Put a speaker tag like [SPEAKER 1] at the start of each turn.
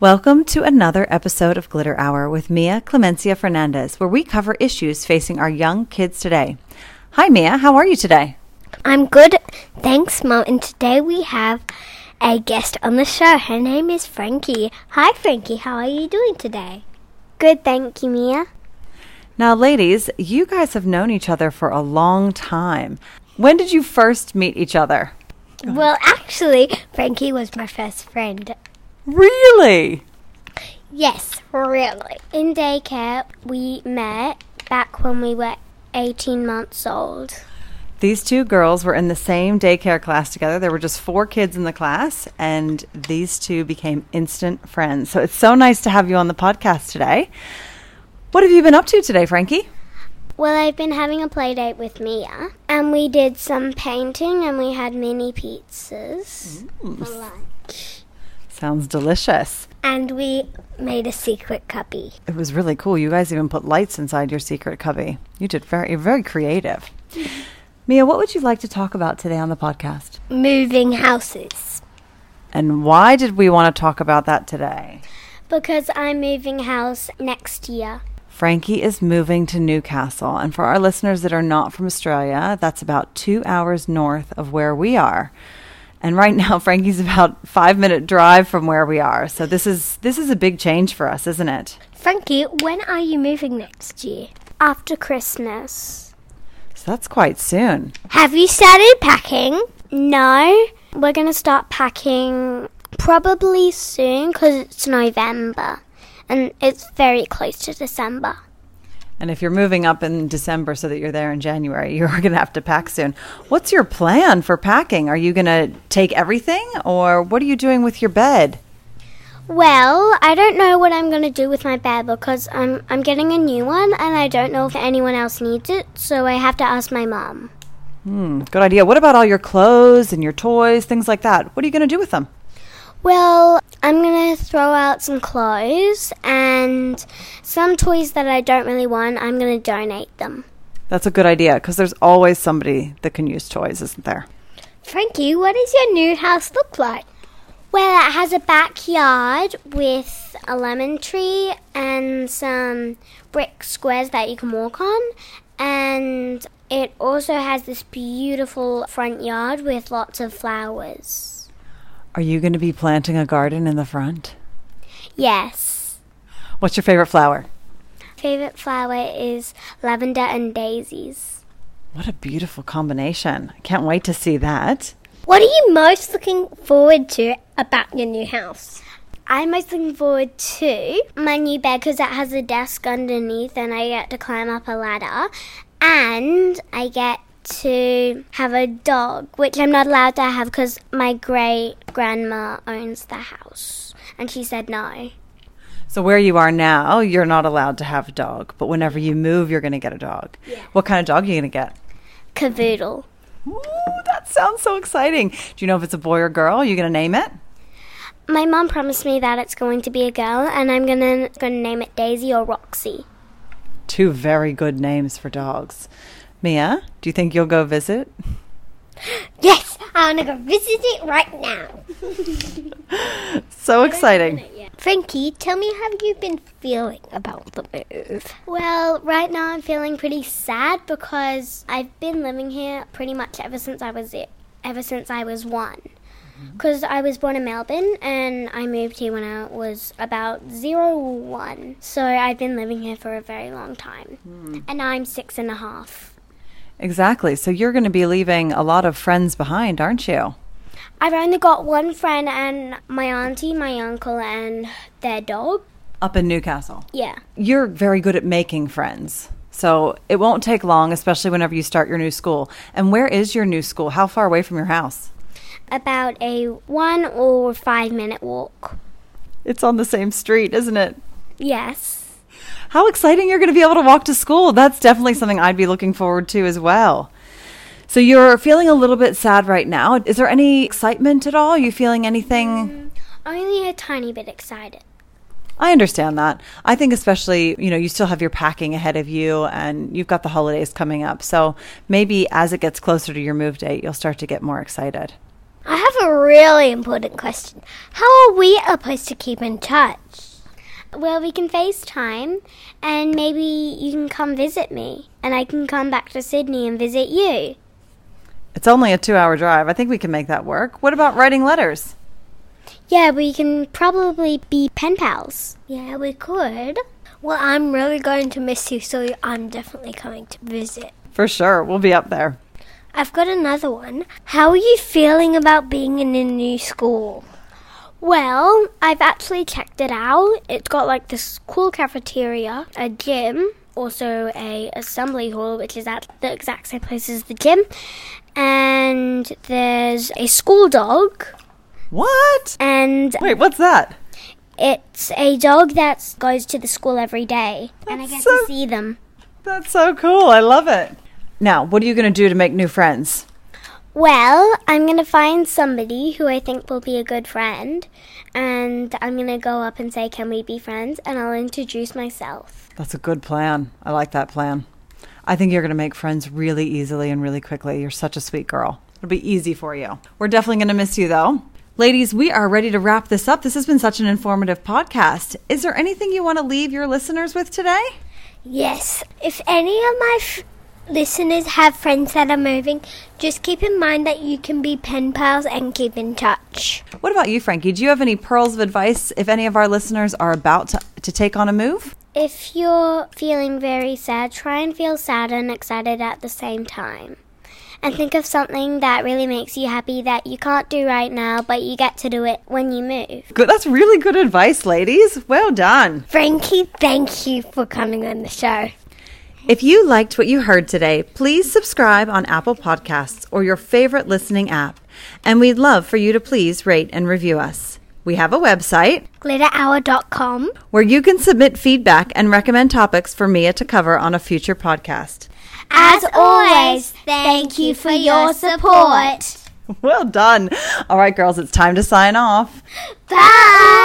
[SPEAKER 1] Welcome to another episode of Glitter Hour with Mia Clemencia Fernandez, where we cover issues facing our young kids today. Hi, Mia. How are you today?
[SPEAKER 2] I'm good, thanks, Mom. And today we have a guest on the show. Her name is Frankie. Hi, Frankie. How are you doing today? Good, thank you, Mia.
[SPEAKER 1] Now, ladies, you guys have known each other for a long time. When did you first meet each other?
[SPEAKER 2] Well, actually, Frankie was my first friend.
[SPEAKER 1] Really?
[SPEAKER 2] Yes, really. In daycare, we met back when we were 18 months old.
[SPEAKER 1] These two girls were in the same daycare class together. There were just four kids in the class, and these two became instant friends. So it's so nice to have you on the podcast today. What have you been up to today, Frankie?
[SPEAKER 2] Well, I've been having a play date with Mia, and we did some painting and we had mini pizzas for lunch.
[SPEAKER 1] Sounds delicious.
[SPEAKER 2] And we made a secret copy.
[SPEAKER 1] It was really cool. You guys even put lights inside your secret cubby. You did very, you're very creative. Mia, what would you like to talk about today on the podcast?
[SPEAKER 2] Moving houses.
[SPEAKER 1] And why did we want to talk about that today?
[SPEAKER 2] Because I'm moving house next year.
[SPEAKER 1] Frankie is moving to Newcastle. And for our listeners that are not from Australia, that's about two hours north of where we are. And right now, Frankie's about five minute drive from where we are. So this is this is a big change for us, isn't it?
[SPEAKER 2] Frankie, when are you moving next year? After Christmas.
[SPEAKER 1] So that's quite soon.
[SPEAKER 2] Have you started packing? No. We're going to start packing probably soon because it's November and it's very close to December.
[SPEAKER 1] And if you're moving up in December so that you're there in January, you're going to have to pack soon. What's your plan for packing? Are you going to take everything or what are you doing with your bed?
[SPEAKER 2] Well, I don't know what I'm going to do with my bed because I'm I'm getting a new one and I don't know if anyone else needs it, so I have to ask my mom.
[SPEAKER 1] Hmm, good idea. What about all your clothes and your toys, things like that? What are you going to do with them?
[SPEAKER 2] Well, I'm going to throw out some clothes and some toys that I don't really want. I'm going to donate them.
[SPEAKER 1] That's a good idea because there's always somebody that can use toys, isn't there?
[SPEAKER 2] Frankie, what does your new house look like? Well, it has a backyard with a lemon tree and some brick squares that you can walk on. And it also has this beautiful front yard with lots of flowers.
[SPEAKER 1] Are you going to be planting a garden in the front?
[SPEAKER 2] Yes.
[SPEAKER 1] What's your favorite flower?
[SPEAKER 2] Favorite flower is lavender and daisies.
[SPEAKER 1] What a beautiful combination. I can't wait to see that.
[SPEAKER 3] What are you most looking forward to about your new house?
[SPEAKER 2] I'm most looking forward to my new bed because it has a desk underneath and I get to climb up a ladder. And I get to have a dog, which I'm not allowed to have because my great grandma owns the house. And she said no.
[SPEAKER 1] So where you are now, you're not allowed to have a dog, but whenever you move, you're going to get a dog. What kind of dog are you going to get?
[SPEAKER 2] Cavoodle.
[SPEAKER 1] Ooh, that sounds so exciting. Do you know if it's a boy or girl? Are you going to name it?
[SPEAKER 2] My mom promised me that it's going to be a girl, and I'm gonna gonna name it Daisy or Roxy.
[SPEAKER 1] Two very good names for dogs. Mia, do you think you'll go visit?
[SPEAKER 3] Yes, I want to go visit it right now.
[SPEAKER 1] So exciting.
[SPEAKER 3] Frankie, tell me how you've been feeling about the move.
[SPEAKER 2] Well, right now I'm feeling pretty sad because I've been living here pretty much ever since I was it, ever since I was one.
[SPEAKER 3] Mm-hmm.
[SPEAKER 2] Because I was born in Melbourne and I moved here when I was about zero one. So I've been living here for a very long time.
[SPEAKER 3] Hmm.
[SPEAKER 2] And now I'm six and a half.
[SPEAKER 1] Exactly. So you're going to be leaving a lot of friends behind, aren't you?
[SPEAKER 2] I've only got one friend and my auntie, my uncle, and their dog.
[SPEAKER 1] Up in Newcastle.
[SPEAKER 2] Yeah.
[SPEAKER 1] You're very good at making friends. So it won't take long, especially whenever you start your new school. And where is your new school? How far away from your house?
[SPEAKER 2] About a one or five minute walk.
[SPEAKER 1] It's on the same street, isn't it?
[SPEAKER 2] Yes.
[SPEAKER 1] How exciting you're going to be able to walk to school. That's definitely something I'd be looking forward to as well. So you're feeling a little bit sad right now. Is there any excitement at all? Are you feeling anything?
[SPEAKER 2] Only a tiny bit excited.
[SPEAKER 1] I understand that. I think especially, you know, you still have your packing ahead of you and you've got the holidays coming up. So maybe as it gets closer to your move date, you'll start to get more excited.
[SPEAKER 3] I have a really important question. How are we supposed to keep in touch?
[SPEAKER 2] Well, we can FaceTime and maybe you can come visit me and I can come back to Sydney and visit you.
[SPEAKER 1] It's only a two hour drive. I think we can make that work. What about writing letters?
[SPEAKER 2] Yeah, we can probably be pen pals.
[SPEAKER 3] Yeah, we could. Well, I'm really going to miss you, so I'm definitely coming to visit.
[SPEAKER 1] For sure. We'll be up there.
[SPEAKER 3] I've got another one. How are you feeling about being in a new school?
[SPEAKER 2] Well, I've actually checked it out. It's got like this cool cafeteria, a gym, also a assembly hall, which is at the exact same place as the gym, and there's a school dog,
[SPEAKER 1] What?
[SPEAKER 2] and
[SPEAKER 1] Wait, what's that?
[SPEAKER 2] it's a dog that goes to the school every day, and I get
[SPEAKER 1] That's so-
[SPEAKER 2] to see them.
[SPEAKER 1] That's so cool. I love it. Now, what are you going to do to make new friends?
[SPEAKER 2] Well, I'm going to find somebody who I think will be a good friend, and I'm going to go up and say, Can we be friends? And I'll introduce myself.
[SPEAKER 1] That's a good plan. I like that plan. I think you're going to make friends really easily and really quickly. You're such a sweet girl. It'll be easy for you. We're definitely going to miss you, though. Ladies, we are ready to wrap this up. This has been such an informative podcast. Is there anything you want to leave your listeners with today?
[SPEAKER 3] Yes. If any of my f- listeners have friends that are moving, just keep in mind that you can be pen pals and keep in touch.
[SPEAKER 1] What about you, Frankie? Do you have any pearls of advice if any of our listeners are about to, to take on a move?
[SPEAKER 2] If you're feeling very sad, try and feel sad and excited at the same time. And think of something that really makes you happy that you can't do right now, but you get to do it when you move.
[SPEAKER 1] Good. That's really good advice, ladies. Well done.
[SPEAKER 3] Frankie, thank you for coming on the show.
[SPEAKER 1] If you liked what you heard today, please subscribe on Apple Podcasts or your favorite listening app. And we'd love for you to please rate and review us. We have a website
[SPEAKER 3] Glitterhour.com.
[SPEAKER 1] where you can submit feedback and recommend topics for Mia to cover on a future podcast.
[SPEAKER 3] As always, thank you for your support.
[SPEAKER 1] Well done. All right, girls, it's time to sign off.
[SPEAKER 3] Bye.